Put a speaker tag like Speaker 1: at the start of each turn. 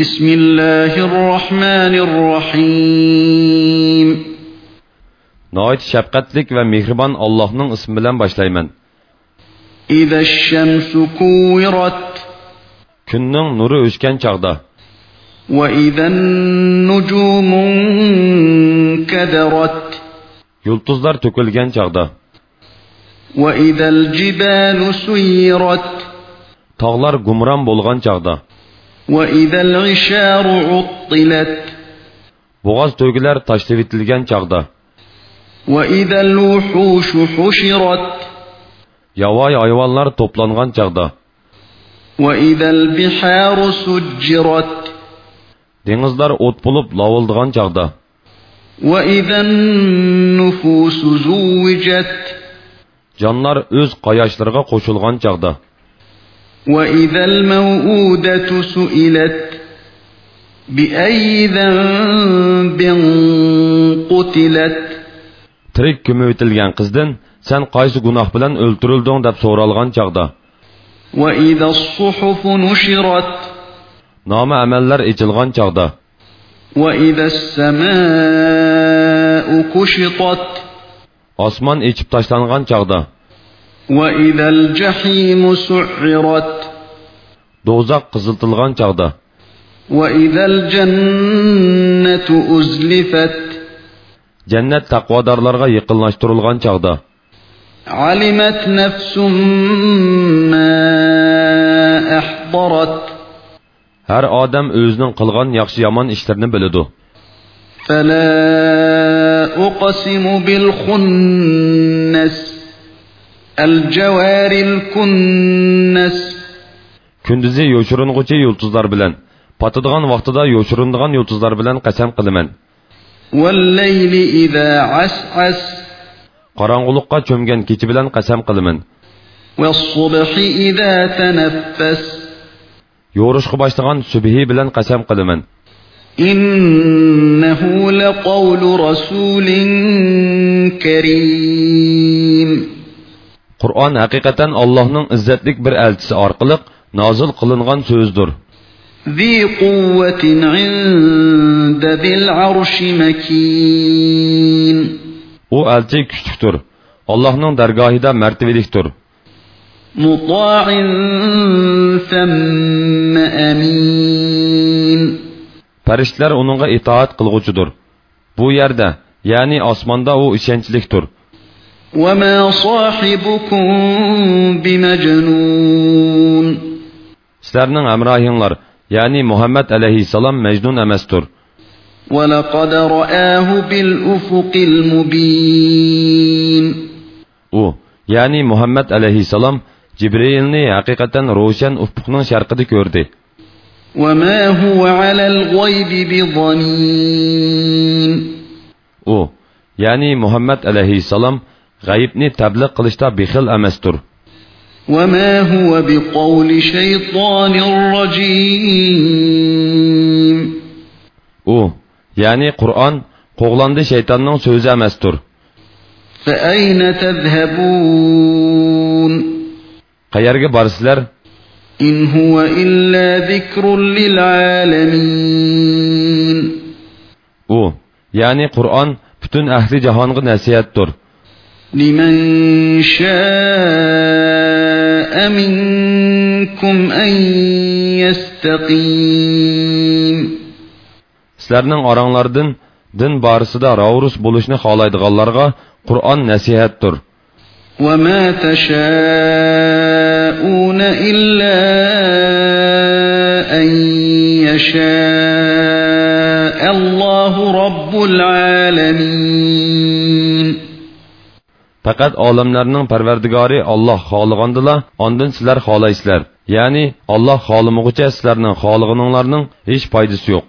Speaker 1: بسم الله الرحمن الرحيم
Speaker 2: Nəhayət şəfqətlik və mehriban Allah'nın ismi ilə başlayman.
Speaker 1: إذا الشمس كورت
Speaker 2: Günün nuru öşkən çağda,
Speaker 1: وإذا النجوم كدرت
Speaker 2: yulduzlar tökülgən çağda,
Speaker 1: وإذا الجبال سيرت
Speaker 2: tağlar gumran bolğan çağda,
Speaker 1: وإذا العشار عطلت
Speaker 2: boğaz tögülər taşlıvitilgən çağda,
Speaker 1: وإذا الوحوش حشرت
Speaker 2: yavay hayvanlar toplanğan çağda,
Speaker 1: وإذا البحار سجرت
Speaker 2: denizlər ot bulup lavıldığan çağda,
Speaker 1: وإذا النفوس زوجت
Speaker 2: canlar öz qayaşlarına qoşulğan çağda,
Speaker 1: وإذا الموءودة سئلت بأي ذنب قتلت
Speaker 2: tirik kümüytilgən qızdan sən qaysı günah bilan öldürüldün deb soralğan çağda,
Speaker 1: وإذا الصحف نشرت
Speaker 2: nama əməllər içilğan çağda,
Speaker 1: وإذا السماء كشطت
Speaker 2: osman içib taşlanğan çağda,
Speaker 1: وإذا الجحيم سعرت
Speaker 2: dozaq qızıltılğan çağda,
Speaker 1: وإذا الجنة أزلفت
Speaker 2: Cennet takvadarlarga yakınlaştırılgan çağda,
Speaker 1: علمت نفس ما أحضرت
Speaker 2: her adam özünün kılgan yakşı yaman işlerini bilidu.
Speaker 1: فلا أقسم بالخنس الجوار الكنس
Speaker 2: Kündüzü yoşurunguçi yultuzlar bilen, patıdığan vaxtıda yoşurunduğan yultuzlar bilen qasam qilimen.
Speaker 1: والليل إذا عسعس
Speaker 2: Qarangulukka çömgen keçi bilen qasam qilimen.
Speaker 1: والصبح إذا تنفس
Speaker 2: Yoruşqı başlagan sübhi bilen qasam qilimen.
Speaker 1: إنه لقول رسول كريم
Speaker 2: Kur'an hakikaten Allah'ın izzetlik bir elçisi arqılıq nazil kılıngan sözdür.
Speaker 1: ذي قوة عند ذي العرش مكين
Speaker 2: O elçi küçüktür. Allah'ın dergahida mertiveliktir.
Speaker 1: مطاع ثم أمين
Speaker 2: Pərişlər onunğa itaat qılğucudur. Bu yerdə, yəni osmanda o işəncilikdir.
Speaker 1: وما صاحبكم بمجنون
Speaker 2: Sizlərinin əmrahinlər, yəni Muhammed əleyhissalam Məcnun əməsdir.
Speaker 1: ولقد رآه بالأفق المبين
Speaker 2: O, yəni Muhammed əleyhissalam Cibrilni həqiqətən Roşan ufqunun şərqində gördü.
Speaker 1: وما هو على الغيب بضنين
Speaker 2: O, yəni Muhammed əleyhissalam ғəyibni təbliğ qilishda bexil əməsdir.
Speaker 1: وما هو بقول شيطان رجيم
Speaker 2: O, yəni Qur'an qoğlandı şeytanın sözü əməsdir.
Speaker 1: فأين تذهبون
Speaker 2: Qayerə barsızlar?
Speaker 1: إن هو إلا ذكر للعالمين
Speaker 2: O, yəni Qur'an bütün əhli cahanğa nəsihətdir.
Speaker 1: لمن شاء منكم أن يستقيم
Speaker 2: Sizlərinin aranglardan din barısında ravurus buluşunu xalaydıqanlarga Qur'an nəsihətdir.
Speaker 1: وما تشاءون إلا أن يشاء الله رب العالمين
Speaker 2: Faqat olamlarning Parvardigori Alloh xoligandila, ondan sizlar xolaysizlar. Ya'ni Alloh xolimog'icha sizlarning xolig'ininglarning hech foydasi yo'q.